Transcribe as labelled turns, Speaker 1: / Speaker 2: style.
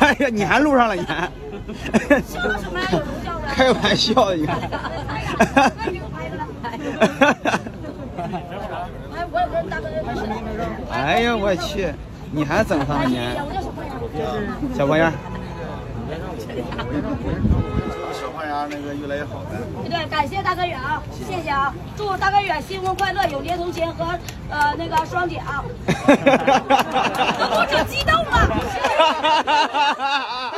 Speaker 1: 哎呀， 你还录上了，你还？
Speaker 2: 笑什么呀？有什么笑的？
Speaker 1: 开玩笑的，你看。
Speaker 2: 那你给我拍个来。哎，我也不知道大哥这是什么人。
Speaker 1: 哎呀，我去，你还整他呢你？
Speaker 2: 我叫小胖丫。
Speaker 1: 小模样，
Speaker 3: 小胖丫啊那个越来越好呗。
Speaker 2: 对，感谢大哥远啊，谢谢啊，祝大哥远新婚快乐，有年头钱和呃那个双姐啊。我都整激动了。